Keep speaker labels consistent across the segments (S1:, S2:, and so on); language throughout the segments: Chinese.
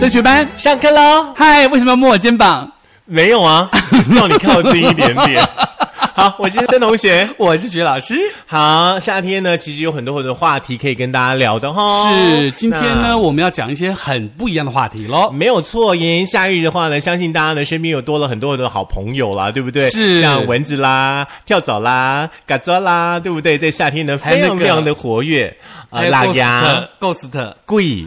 S1: 在学班
S2: 上课喽！
S1: 嗨，为什么要摸我肩膀？
S2: 没有啊，让你靠近一点 点。好，我是森同学。
S1: 我是徐老师，
S2: 好，夏天呢，其实有很多很多话题可以跟大家聊的哈。
S1: 是今天
S2: 那
S1: 呢，我们要讲一些很不一样的话题喽。
S2: 没有错，炎炎夏日的话呢，相信大家呢身边有多了很多很多好朋友啦，对不对？
S1: 是
S2: 像蚊子啦、跳蚤啦、嘎抓啦，对不对？在夏天呢，
S1: 还有
S2: 非
S1: 那
S2: 常
S1: 个
S2: 非常的活跃
S1: 还
S2: 啊，呃
S1: 有
S2: 辣牙。
S1: 哎 Ghost，
S2: 贵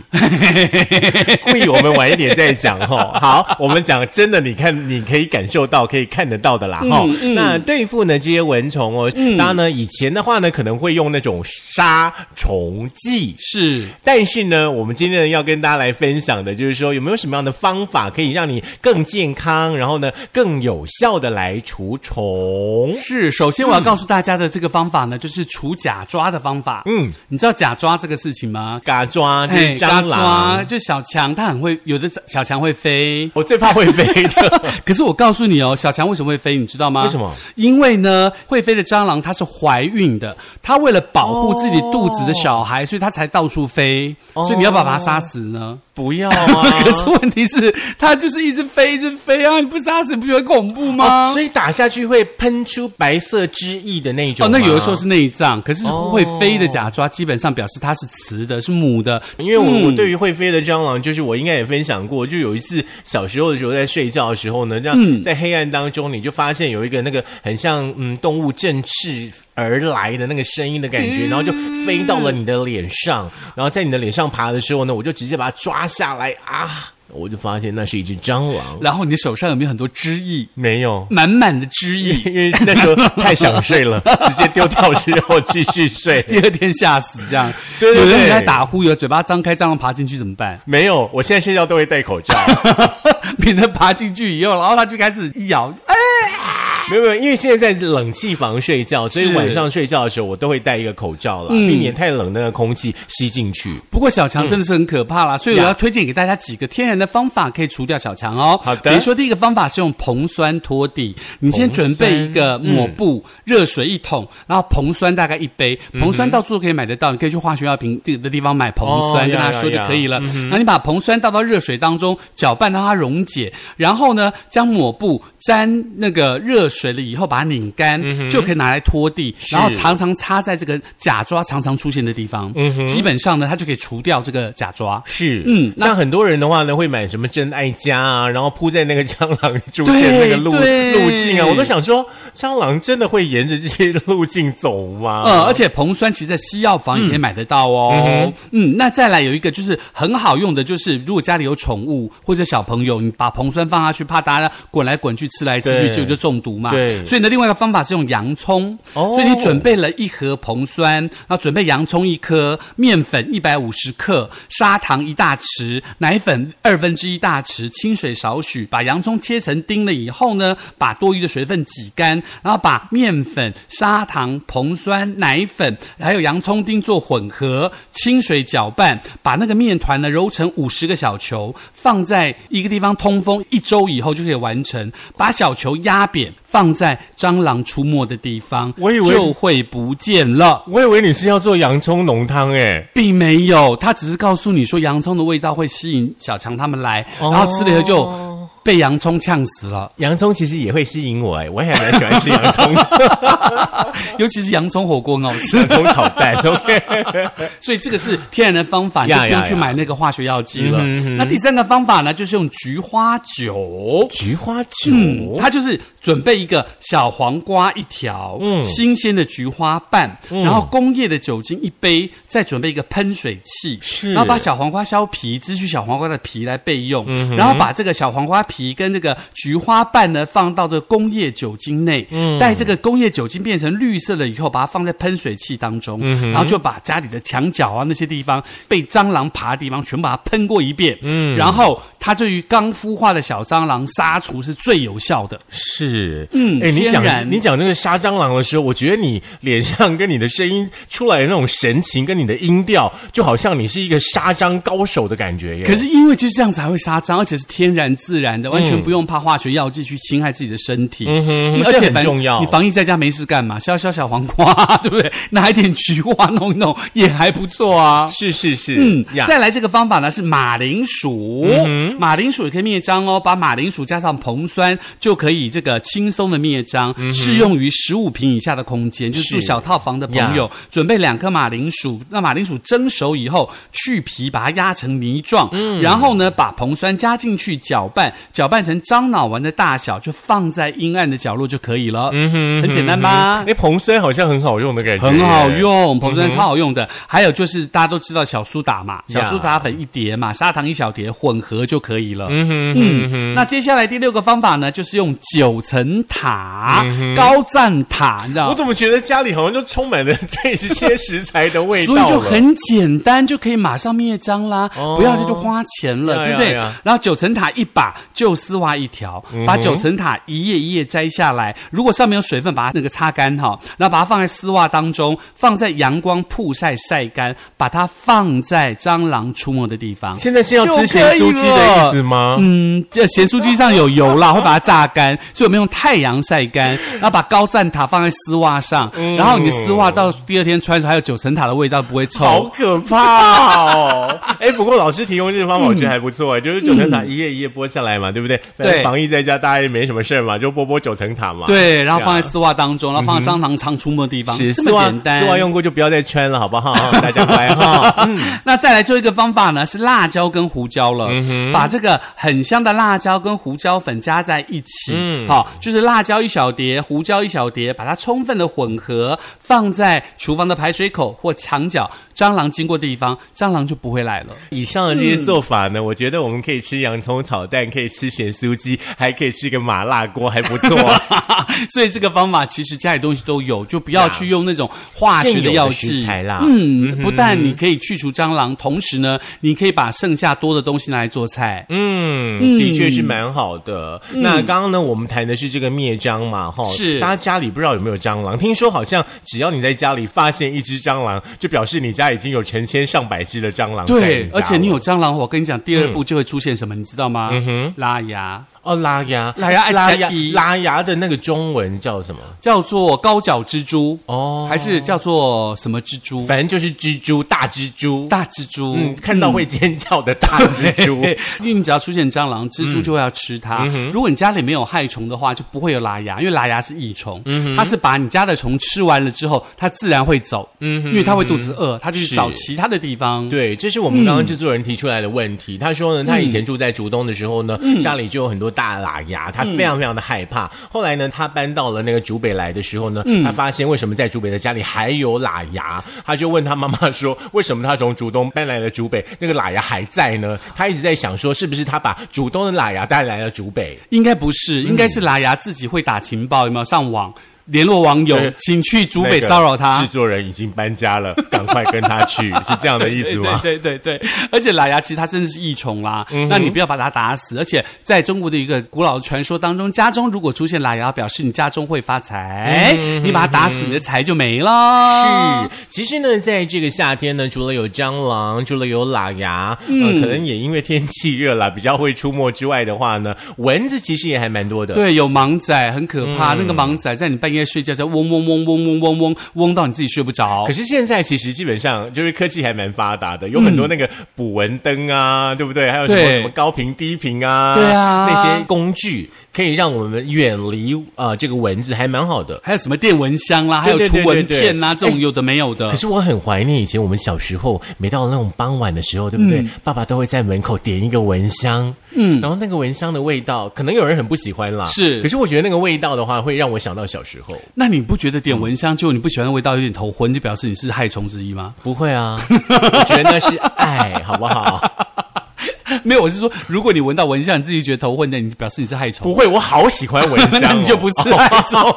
S2: 贵，我们晚一点再讲哈。好，我们讲真的，你看，你可以感受到，可以看得到的啦哈、
S1: 嗯嗯
S2: 那对付呢这些蚊虫哦，当然呢，以前的话呢，可能会用那种杀虫剂。
S1: 是
S2: 但是呢，我们今天呢要跟大家来分享的，就是说有没有什么样的方法可以让你更健康，然后呢更有效的来除虫？
S1: 是，首先我要告诉大家的这个方法呢，就是除假抓的方法。
S2: 嗯，
S1: 你知道假抓这个事情吗？
S2: 嘎抓就是
S1: 嘿
S2: 蟑
S1: 哎抓
S2: 螂，
S1: 就小强，它很会，有的小强会飞。
S2: 我最怕会飞的。
S1: 可是我告诉你哦，小强为什么会飞，你知道吗？
S2: 为什么？
S1: 因为呢，会飞的蟑螂它是怀孕的，它为了保护自己肚子的小孩，所以它才到处飞。所以你要不要把它杀死呢？
S2: 不要哦 啊！
S1: 可是问题是，它就是一直飞，一直飞啊！你不杀死，你不觉得恐怖吗？
S2: 哦，所以打下去会喷出白色汁液的那种
S1: 哦，
S2: 吗。
S1: 那有的时候是内脏，可是
S2: 哦
S1: 会飞的假抓基本上表示它是雌的，是母的。
S2: 因为我、
S1: 嗯
S2: 我对于会飞的蟑螂，就是我应该也分享过，就有一次小时候的时候在睡觉的时候呢，这
S1: 嗯
S2: 样在黑暗当中，你就发现有一个那个很像嗯动物振翅而来的那个声音的感
S1: 嗯
S2: 觉，然后就飞到了你的脸上，然后在你的脸上爬的时候呢，我就直接把它抓下来啊，我就发现那是一只蟑 螂，
S1: 然后你手上有没有很多汁液？
S2: 没有。
S1: 满满的汁液，
S2: 因为那时候太想睡了， 直接丢掉之后继续睡。
S1: 第二天吓死这样。
S2: 对对
S1: 有
S2: 对
S1: 的人在打呼，有的嘴巴张开，蟑螂爬进去怎么办？
S2: 没有，我现在睡觉都会戴口罩。
S1: 免得爬进去以后，然后它就开始一咬，哎，
S2: 没有没有，因为现在在冷气房睡觉，所以
S1: 是嗯
S2: 晚上睡觉的时候我都会戴一个口罩啦，避免太冷那个空气吸进去。
S1: 不过小
S2: 嗯
S1: 强真的是很可怕啦，所以我
S2: 呀
S1: 要推荐给大家几个天然的方法可以除掉小强哦。
S2: 好的
S1: 比如说第一个方法是用硼酸拖地，你先准备一个抹布、
S2: 嗯
S1: 热水一桶，然后硼酸大概一杯，硼酸到处都可以买得到，你可以去化学药品的地方买硼酸，
S2: 哦
S1: 跟
S2: 呀
S1: 他
S2: 呀
S1: 说就
S2: 呀
S1: 可以了。然后你把硼酸倒到热水当中，搅拌让它溶解，然后呢将抹布沾那个热水了以后把它拧干，就可以拿来拖地，然后
S2: 嗯是
S1: 常常插在这个假抓常常出现的地方，
S2: 嗯
S1: 基本上呢，它就可以除掉这个假抓。
S2: 是，
S1: 嗯那
S2: 像很多人的话呢，会买什么真爱家啊，然后铺在那个蟑螂出
S1: 对
S2: 现那个路
S1: 对
S2: 路径啊，我都想说，蟑螂真的会沿着这些路径走吗？
S1: 呃，而且硼酸其实在西药房也可以买得到哦。嗯那再来有一个就是很好用的，就是如果家里有宠物或者小朋友，你把硼酸放下去，怕大家滚来滚去、吃来吃去，
S2: 对
S1: 就就中毒嘛。
S2: 对
S1: 所以呢，另外一个方法是用洋葱。
S2: 哦
S1: 所以你准备了一盒硼酸，然后准备洋葱一颗，面粉一百五十克，砂糖一大匙，奶粉二分之一大匙，清水少许。把洋葱切成丁了以后呢，把多余的水分挤干，然后把面粉、砂糖、硼酸、奶粉还有洋葱丁做混合，清水搅拌，把那个面团呢揉成五十个小球，放在一个地方通风一周以后就可以完成。把小球压扁，放在蟑螂出没的地方，
S2: 我以为
S1: 就会不见了。
S2: 我以为你是要做洋葱浓汤哎诶、
S1: 并没有，他只是告诉你说洋葱的味道会吸引小强他们来，
S2: 哦
S1: 然后吃了以后就被洋葱呛死了，
S2: 洋葱其实也会吸引我诶、哎我也还蛮喜欢吃洋葱，
S1: 尤其是洋葱火锅很好吃。
S2: 洋葱炒蛋。OK，
S1: 所以这个是天然的方法，你就
S2: 呀
S1: 不用
S2: 呀
S1: 去
S2: 呀
S1: 买那个化学药剂了。
S2: 嗯哼
S1: 那第三个方法呢，就是用菊花酒。
S2: 菊花酒，
S1: 嗯，它就是准备一个小黄瓜一条，嗯，新鲜的菊花瓣，
S2: 嗯
S1: 然后工业的酒精一杯，再准备一个喷水器，
S2: 是
S1: 然后把小黄瓜削皮，只取小黄瓜的皮来备用，然后把这个小黄瓜皮跟这个菊花瓣呢放到这个工业酒精内，待这个工业酒精变成绿色了以后，把它放在喷水器当中，然后就把家里的墙角啊那些地方被蟑螂爬的地方全把它喷过一遍，然后。它它对于刚孵化的小蟑螂杀除是最有效的。
S2: 是，
S1: 嗯
S2: 哎、你
S1: 天
S2: 讲
S1: 然
S2: 你讲那个杀蟑螂的时候，我觉得你脸上跟你的声音出来的那种神情，跟你的音调，就好像你是一个杀蟑高手的感觉耶。
S1: 可是因为就是这样才会杀蟑，而且是天然自然的，完全不用怕化学药剂去侵害自己的身体。嗯
S2: 嗯哼
S1: 而
S2: 这
S1: 且
S2: 很
S1: 反
S2: 重要
S1: 你防疫在家没事干嘛？削削小黄瓜， 对不对？拿一点菊花弄一弄也还不错啊。
S2: 是是是，
S1: 嗯，
S2: 呀
S1: 再来这个方法呢是马铃薯，马铃薯也可以灭蟑哦，把马铃薯加上硼酸就可以这个轻松的灭蟑，适用于十五平以下的空间，就是是住小套房的朋友，准备两颗马铃薯，那马铃薯蒸熟以后去皮，把它压成泥状，然后呢把硼酸加进去搅拌，搅拌成樟脑丸的大小，就放在阴暗的角落就可以了，很简单吧？
S2: 哎，硼酸好像很好用的感觉，
S1: 很好。用，硼酸超好用的。还有就是大家都知道小苏打嘛，小
S2: 呀
S1: 苏打粉一碟嘛，砂糖一小碟，混合就可以了。嗯哼那接下来第六个方法呢，就是用九层塔、高赞塔，你知道
S2: 我。怎么觉得家里好像就充满了这些食材的味道
S1: 所
S2: 了？
S1: 以就很简单，就可以马上灭蟑啦，
S2: 哦
S1: 不要这就花钱
S2: 呀
S1: 了，对不对
S2: 呀嗯呀？
S1: 然后九层塔一把，旧丝袜一条，把九层塔一页一页摘下来，如果上面有水分，把它那个擦干哈，然后把它放在丝袜当中，放在阳光曝晒晒干，把它放在蟑螂出没的地方。
S2: 现在是要
S1: 就
S2: 吃
S1: 可
S2: 咸酥
S1: 以
S2: 鸡的意
S1: 了
S2: 思吗？
S1: 嗯，这咸酥鸡上有油 啦，会把它榨干，所以我们用太阳晒干，然后把高赞塔放在丝袜上，
S2: 嗯
S1: 然后你的丝袜到第二天穿的时候还有九层塔的味道，不会臭。
S2: 好可怕哦！ 哎，不过老师提供这个方法，我觉得还不
S1: 嗯
S2: 错，就是九层塔一页一页剥下来嘛，对不对？反正防疫在家，大家也没什么事儿嘛，就剥剥九层塔嘛。
S1: 对，然后放在
S2: 对啊
S1: 丝袜当中，然后放在商场常出没的地方，
S2: 是
S1: 这
S2: 丝
S1: 么
S2: 袜
S1: 简单。
S2: 丝袜用过就不要再穿了，好不好？ 大家乖哈。 嗯
S1: 啊
S2: 嗯
S1: 那再来最后一个方法呢，是辣椒跟胡椒了，把这个很香的辣椒跟胡椒粉加在一起，好、
S2: 嗯
S1: 就是辣椒一小碟，胡椒一小碟，把它充分的混合，放在厨房的排水口或墙角，蟑螂经过的地方，蟑螂就不会来了。
S2: 以上的这些做法呢，我觉得我们可以吃洋葱炒蛋，可以吃咸酥鸡，还可以吃个麻辣锅，还不错。
S1: 所以这个方法其实家里东西都有，就不要去用那种 化学的药
S2: 现有的食
S1: 剂
S2: 材啦
S1: 嗯，不但你可以去除蟑螂，同时呢，你可以把剩下多的东西拿来做菜。
S2: 嗯，的确是蛮好的。那刚刚呢，我们谈的是这个灭蟑嘛，哈，
S1: 嗯是
S2: 大家家里不知道有没有蟑螂？听说好像只要你在家里发现一只蟑螂，就表示你家已经有成千上百只的蟑螂在家了。嗯
S1: 对，而且你有蟑螂，我跟你讲，第二步就会出现什么，你知道吗？拉牙
S2: 哦拉牙，
S1: 拉牙
S2: 拉
S1: 哎加
S2: 牙
S1: 一，
S2: 拉牙的那个中文叫什么？
S1: 叫做高脚蜘蛛，
S2: 哦，
S1: 还是叫做什么蜘蛛？
S2: 反正就是蜘蛛，大蜘蛛，
S1: 大蜘蛛。
S2: 嗯，看到会尖叫的大蜘蛛。 嗯
S1: 对，因为你只要出现蟑螂，蜘蛛就会要吃它。如果你家里没有害虫的话，就不会有拉牙，因为拉牙是益虫，
S2: 嗯
S1: 它是把你家的虫吃完了之后，它自然会走，
S2: 嗯
S1: 因为它会肚子饿，它就去找其他的地方。
S2: 对，这是我们刚刚制作人提出来的问题。他说呢，他以前住在竹东的时候呢，家里就有很多大喇牙，他非常非常的害怕。后来呢，他搬到了那个竹北来的时候呢，他发现为什么在竹北的家里还有喇牙，他就问他妈妈说，为什么他从竹东搬来了竹北，那个喇牙还在呢？他一直在想说，是不是他把竹东的喇牙带来了竹北？
S1: 应该不是，
S2: 嗯
S1: 应该是拉牙自己会打情报，有没有上网联络网友
S2: 对，
S1: 请去竹
S2: 那
S1: 北
S2: 个
S1: 骚扰他
S2: 制。作人已经搬家了，赶快跟他去，是这样的意思吗？嗯
S1: 对对对对对，而且拉牙其实它真的是益虫啦，那你不要把它打死。而且在中国的一个古老的传说当中，家中如果出现拉牙，表示你家中会发财，
S2: 嗯
S1: 你把它打死，你的财就没了。
S2: 是，其实呢，在这个夏天呢，除了有蟑螂，除了有喇牙，嗯、可能也因为天气热了，比较会出没之外的话呢，蚊子其实也还蛮多的。。
S1: 对，有盲仔很可怕，
S2: 嗯
S1: 那个盲仔在你半夜睡觉在嗡嗡嗡嗡嗡嗡嗡嗡到你自己睡不着
S2: 可。是现在其实基本上就是科技还蛮发达的，有很多那个捕蚊灯啊，对不对？还有什么
S1: 嗯对
S2: 什么高频、低频啊，
S1: 对啊
S2: 那些工具可以让我们远离啊、呃这个蚊子，还蛮好的。
S1: 还有什么电蚊香啦，还有
S2: 对
S1: 除
S2: 对对
S1: 蚊
S2: 对对哎
S1: 片啦，啊这种有的没有的。
S2: 可是我很怀念以前我们小时候，每到那种傍晚的时候，对不对？爸爸都会在门口点一个蚊香，嗯，然后那个蚊香的味道，可能有人很不喜欢啦，
S1: 是
S2: 可是我觉得那个味道的话，会让我想到小时候。
S1: 那你不觉得
S2: 嗯
S1: 点蚊香就你不喜欢的味道有点头昏，就表示你是害虫之一吗？
S2: 不会啊， 我觉得那是爱，好不 好？
S1: 没有，我是说，如果你闻到蚊香，你自己觉得头昏的，你表示你是害虫，
S2: 不会，我好喜欢蚊香、哦
S1: 那你就不是害虫。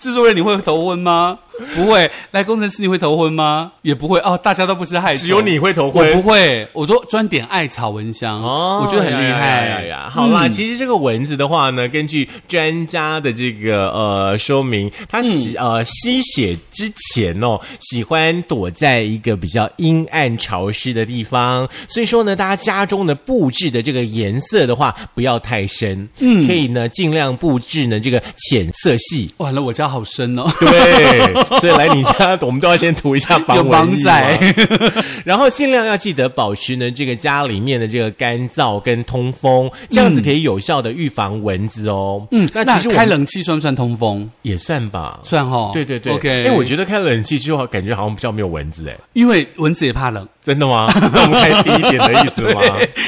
S1: 制作人，你会头昏吗？不会。来，工程师你会头昏吗？也不会哦，大家都不是害虫，
S2: 只有你会头昏
S1: 我不会，我都专点艾草蚊香，
S2: 哦，
S1: 我觉得很厉害。嗯
S2: 呀呀呀呀好啦，其实这个蚊子的话呢，根据专家的这个呃说明，它
S1: 嗯
S2: 吸、呃吸血之前哦，喜欢躲在一个比较阴暗潮湿的地方，所以说呢，大家家中的布置的这个颜色的话，不要太深，嗯，可以呢尽量布置呢这个浅色系。
S1: 完了，我家好深哦。
S2: 对，所以来你家，我们都要先涂一下防
S1: 有
S2: 蚊
S1: 防
S2: 液
S1: 仔
S2: 嘛 然后尽量要记得保持呢这个家里面的这个干燥跟通风，这样子可以有效的预防蚊子哦。
S1: 嗯，
S2: 那
S1: 那
S2: 其实我
S1: 开
S2: 们
S1: 冷气算不算通风？
S2: 也算吧。
S1: 算哈。
S2: 对对对
S1: ，OK。
S2: 哎，我觉得开冷气之后，感觉好像比较没有蚊子哎，
S1: 因为蚊子也怕冷，
S2: 真的吗？ 那我们开低一点的意思 吗？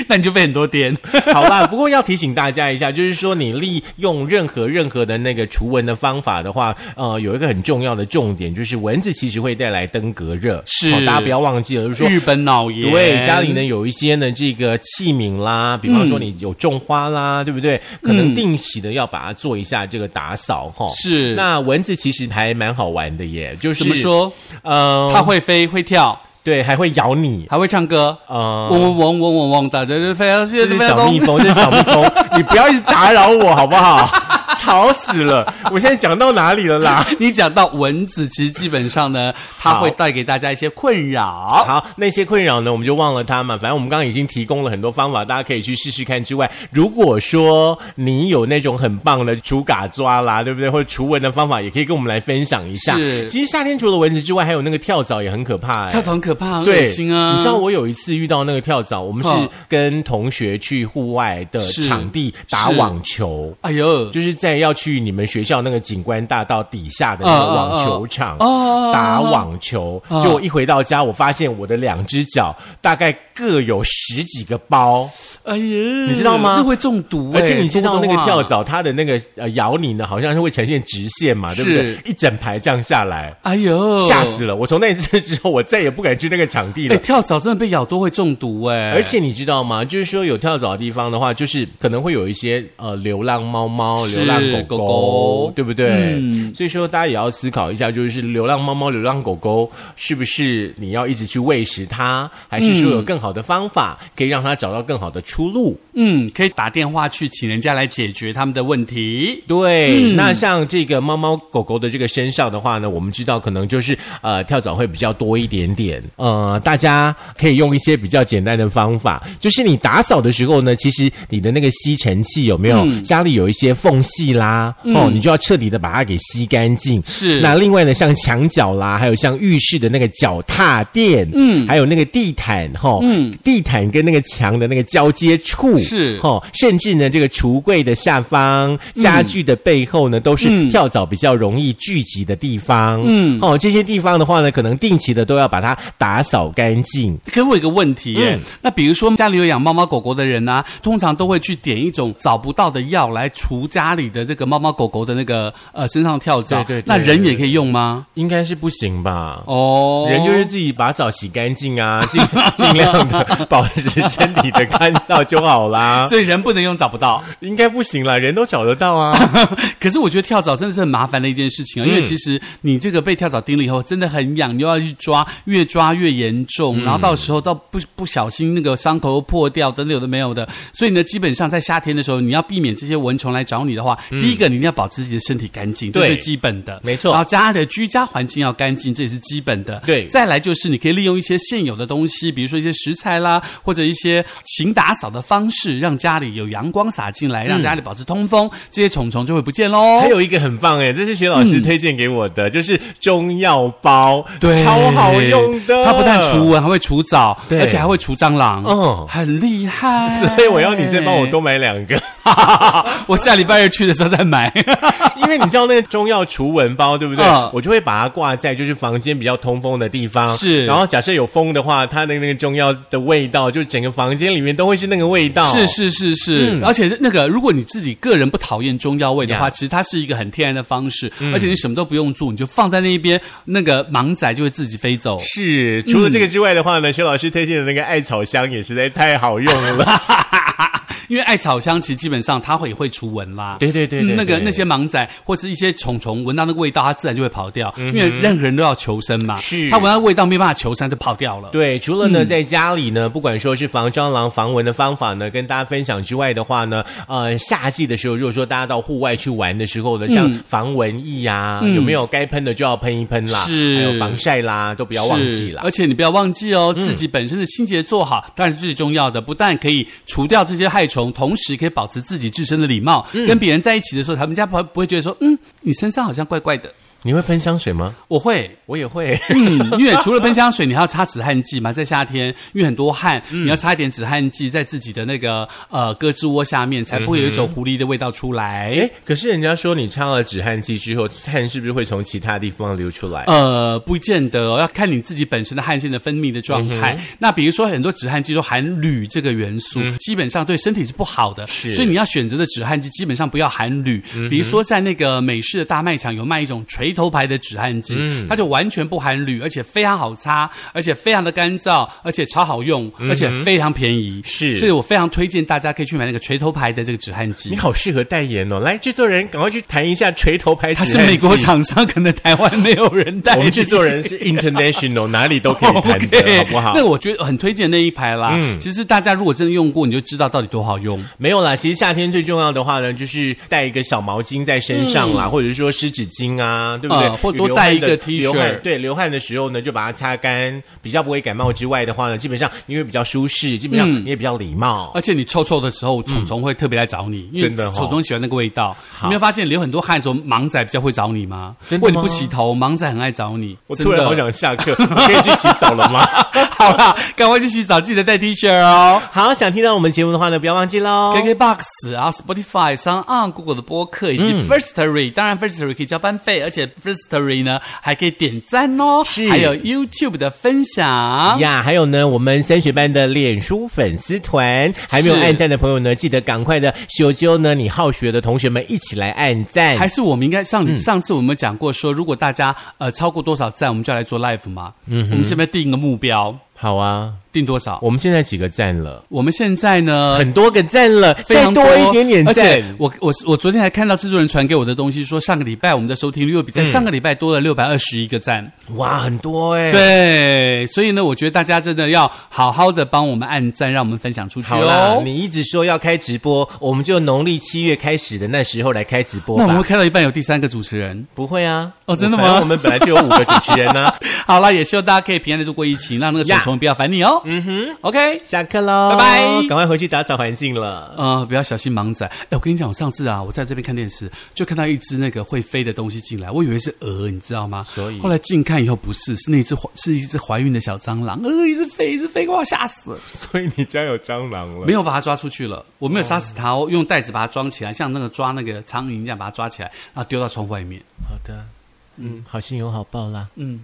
S1: 那你就被很多电。
S2: 好啦，不过要提醒大家一下，就是说你利用任何任何的那个除蚊的方法的话，呃，有一个很重要的重点，就是蚊子其实会带来登革热，
S1: 是
S2: 哦大家不要忘记了，就是 说。
S1: 日本脑炎，
S2: 对，家里呢有一些呢这个器皿啦，比方说你有种花
S1: 嗯
S2: 啦，对不对？可能定期的要把它做一下这个打扫哈。
S1: 是
S2: 那蚊子其实还蛮好玩的耶，就是
S1: 嗯怎么？说？
S2: 呃，
S1: 它会飞，会跳，
S2: 对，还会咬你。
S1: 还会唱歌。
S2: 呃，
S1: 嗡嗡嗡嗡嗡嗡的，这这飞到世界的
S2: 这是小蜜蜂，这是小蜜 蜂，你不要一直打扰我好不 好？吵死了！我现在讲到哪里 了啦？
S1: 你讲到蚊子，其实基本上呢，它
S2: 好
S1: 会带给大家一些困扰。
S2: 好，那些困扰呢，我们就忘了它嘛。反正我们刚刚已经提供了很多方法，大家可以去试试看。之外，如果说你有那种很棒的除嘎抓啦，对不对？或者除蚊的方法，也可以跟我们来分享一下。
S1: 是
S2: 其实夏天除了蚊子之外，还有那个跳蚤也很可怕、欸。
S1: 跳蚤很可怕，很恶
S2: 对，
S1: 心啊！
S2: 你知道我有一次遇到那个跳蚤，我们是
S1: 嗯
S2: 跟同学去户外的
S1: 是
S2: 场地打
S1: 是
S2: 网球。
S1: 哎呦，
S2: 就是在要去你们学校那个景观大道底下的那个网球场
S1: 嗯嗯嗯嗯嗯
S2: 打网球，
S1: 嗯
S2: 就我一回到家，我发现我的两只脚大概各有十几个包，
S1: 哎呀，
S2: 你知道吗
S1: 那会中毒欸，
S2: 而且你知道那
S1: 多
S2: 个
S1: 的话
S2: 跳。蚤它的那个呃咬你呢，好像是会呈现直线嘛，对不对
S1: 是？
S2: 一整排这样下来，
S1: 哎呦，
S2: 吓死！了！我从那一次之后，我再也不敢去那个场地了
S1: 哎，。跳蚤真的被咬多会中毒哎，
S2: 而且你知道吗？就是说有跳蚤的地方的话，就是可能会有一些呃流浪猫猫、
S1: 是
S2: 流浪狗
S1: 狗狗
S2: 对不对？
S1: 嗯
S2: 所以说大家也要思考一下，就是流浪猫猫、流浪狗狗是不是你要一直去喂食它，还是说有更好的方法可以让它找到更好的出路？
S1: 嗯，可以打电话去请人家来解决他们的问题。
S2: 对，那像这个猫猫狗狗的这个身上的话呢，我们知道可能就是呃跳蚤会比较多一点点。呃，大家可以用一些比较简单的方法，就是你打扫的时候呢，其实你的那个吸尘器有没有、家里有一些缝隙啦，哦，你就要彻底的把它给吸干净。
S1: 是
S2: 那另外呢，像墙角啦，还有像浴室的那个脚踏垫，嗯，还有那个地毯哈，嗯，地毯跟那个墙的那个交接处
S1: 是
S2: 哦，甚至呢，这个橱柜的下方、家具的背后呢，都
S1: 嗯
S2: 是跳蚤比较容易聚集的地方。嗯，哦，这些地方的话呢，可能定期的都要把它打扫干净。
S1: 可我有个问题耶，
S2: 嗯
S1: 那比如说家里有养猫猫狗狗的人啊，通常都会去点一种找不到的药来除家里的这个猫猫狗狗的那个呃身上跳蚤。
S2: 对对对
S1: 那人也可以用吗？
S2: 应该是不行吧？
S1: 哦，
S2: 人就是自己把澡洗干净啊， 尽尽量的保持身体的干燥就好啦。
S1: 所以人不能用找不到。
S2: 应该不行啦，人都找得到
S1: 哦
S2: 啊。
S1: 可是我觉得跳蚤真的是很麻烦的一件事
S2: 嗯
S1: 情啊，因为其实你这个被跳蚤叮了以后，真的很痒，你又要去抓，越抓越严
S2: 嗯
S1: 重，然后到时候到不不小心那个伤口又破掉，等等有的没有的。所以呢，基本上在夏天的时候，你要避免这些蚊虫来找你的话，第一个你一定要保持自己的身体干净，这
S2: 嗯对
S1: 是基本的，
S2: 没错
S1: 然后家的居家环境要干净，这也是基本的。
S2: 对
S1: 再来就是你可以利用一些现有的东西，比如说一些食材啦，或者一些勤打扫的方式，让家里有阳光洒进来，让家里保持通风，这些虫虫就会不见喽。
S2: 嗯还有一个很棒哎，这是薛老
S1: 嗯
S2: 师推荐给我的，就是中药包，
S1: 对，
S2: 超好用的。
S1: 它不但除蚊，还会除蚤，
S2: 对
S1: 而且还会除蟑螂，
S2: 嗯
S1: 嗯，很厉害。
S2: 所以我要你再帮我多，买两个，
S1: 我下礼拜二去的时候再 买。
S2: 因为你知道那个中药除蚊包对不对
S1: 嗯？
S2: 我就会把它挂在就是房间比较通风的地方。
S1: 是
S2: 然后假设有风的话，它的那个中药的味道，就整个房间里面都会是那个味道。
S1: 是是是是，
S2: 嗯
S1: 而且那个，如果你自己个人不讨厌中药味的话
S2: 呀
S1: 其实它是一个很天然的方式，
S2: 嗯
S1: 而且你什么都不用做，你就放在那边，那个盲仔就会自己飞走。
S2: 是，嗯除了这个之外的话呢，薛老师推荐的那个艾草香也实在太好用了。
S1: 因为艾草香其实基本上它会会除蚊啦。
S2: 对对对对
S1: 嗯那个
S2: 对
S1: 那些盲仔或是一些虫虫闻到那个味道，它自然就会跑掉，因为任何人都要求生嘛。
S2: 嗯是
S1: 它闻到味道没办法求生，它就跑掉了。
S2: 对，除了呢，
S1: 嗯
S2: 在家里呢，不管说是防蟑螂、防蚊的方法呢，跟大家分享之外的话呢，呃，夏季的时候，如果说大家到户外去玩的时
S1: 嗯
S2: 候呢，像防蚊液啊，有没有该喷的就要喷一喷啦，
S1: 是
S2: 还有防晒啦，都不要忘记
S1: 是
S2: 啦。嗯
S1: 而且你不要忘记哦，自己本身的清洁做好，当然是最重要的。不但可以除掉这些害虫，同时可以保持自己自身的礼貌。
S2: 嗯
S1: 跟别人在一起的时候，他们家不会不会觉得说，嗯，你身上好像怪怪的。
S2: 你会喷香水吗？
S1: 我会，
S2: 我也会。
S1: 嗯，因为除了喷香水，你还要擦止汗剂嘛，在夏天，因为很多汗，你要擦一点止汗剂在自己的那个呃胳肢窝下面，才不会有一种狐狸的味道出来。
S2: 哎， 可是人家说你擦了止汗剂之后，汗是不是会从其他地方流出来？
S1: 呃，不见得、哦，要看你自己本身的汗腺的分泌的状态。
S2: 嗯
S1: 那比如说，很多止汗剂都含铝这个元素，基本上对身体是不好的。
S2: 是嗯
S1: 所以你要选择的止汗剂基本上不要含铝。比如说，在那个美式的大卖场有卖一种锤头牌的止汗剂，
S2: 嗯
S1: 它就完全不含铝，而且非常好擦，而且非常的干燥，而且超好用，而且非常便宜。
S2: 嗯是
S1: 所以我非常推荐大家可以去买那个锤头牌的这个止汗
S2: 你
S1: 剂。
S2: 好适合代言哦！来，制作人，赶快去谈一下锤头牌止
S1: 它
S2: 汗剂。
S1: 是美国厂商，可能台湾没有人带。
S2: 我们制作人 是 international，哪里都可以谈的
S1: 哦 OK，
S2: 好不好？嗯
S1: 那我觉得很推荐那一排啦。其实大家如果真的用过，你就知道到底多好用。
S2: 没有啦，其实夏天最重要的话呢，就是带一个小毛巾在身上啦，或者是说湿纸巾啊，对不对？
S1: 啊或
S2: 流
S1: 嗯
S2: 汗的
S1: 多带一个 T 恤
S2: 流汗对，流汗的时候呢，就把它擦干，比较不会感冒之外的话呢，基本上你会比较舒适，基本
S1: 嗯
S2: 上你也比较礼貌。
S1: 而且你臭臭的时候，虫虫会特别来找你，因为
S2: 真的哦
S1: 虫虫喜欢那个味道。你没有发现流很多汗的时候，盲仔比较会找你吗？
S2: 真的吗
S1: 或你不洗头，盲仔很爱找你。
S2: 我
S1: 真的
S2: 突然好，想下课，我可以去洗澡了吗？
S1: 好啦，赶快去洗澡，记得带 T 恤哦。
S2: 好，想听到我们节目的话呢，不要忘记 喽。
S1: KKBox 然后啊 Spotify、s o n On、Google 的播客以及
S2: 嗯
S1: Firstory，、当然 Firstory 可以交班费，而且 Firstory 呢还可以点赞哦，
S2: 是
S1: 还有 YouTube 的分享。
S2: 呀，还有呢，我们三学班的脸书粉丝团，还没有
S1: 是
S2: 按赞的朋友呢，记得赶快的修修呢，你好学的同学们一起来按赞
S1: 还。是我们应该上、
S2: 嗯
S1: 上次我们讲过说，如果大家呃超过多少赞，我们就要来做 live 嘛。嗯，我们现在定一个目标，
S2: 好啊，
S1: 定多少？
S2: 我们现在几个赞了？
S1: 我们现在呢？
S2: 很多个赞了，
S1: 非
S2: 再
S1: 常
S2: 多一点点
S1: 而且
S2: 赞。
S1: 我我我昨天还看到制作人传给我的东西，说上个礼拜我们的收听率又
S2: 嗯
S1: 比在上个礼拜多了六百二十一个赞。
S2: 哇，很多哎、。
S1: 对，所以呢，我觉得大家真的要好好的帮我们按赞，让我们分享出去
S2: 好啦
S1: 哦，。
S2: 你一直说要开直播，我们就农历七月开始的那时候来开直播
S1: 那我们
S2: 吧
S1: 会。开到一半有第三个主持人，
S2: 不会啊，
S1: 哦真的吗
S2: 反正我们本来就有五个主持人 呢、啊
S1: 好了，也希望大家可以平安的度过疫情，让那个小
S2: 呀
S1: 虫不要烦你哦。嗯哼，OK，
S2: 下课喽，
S1: 拜拜
S2: 赶快回去打扫环境了。
S1: 呃，比较小心盲仔。哎，我跟你讲，我上次啊，我在这边看电视，就看到一只那个会飞的东西进来，我以为是鹅，你知道吗？
S2: 所以
S1: 后来近看以后不是，是那只怀是一只怀孕的小蟑螂，呃，一直飞，一直飞，把我吓死了。
S2: 所以你家有蟑螂了
S1: 没有把它抓出去了，我没有杀死它哦，用袋子把它装起来，像那个抓那个苍蝇一样把它抓起来，然后丢到窗户外面。
S2: 嗯好的，嗯，好心有好报啦。
S1: 嗯，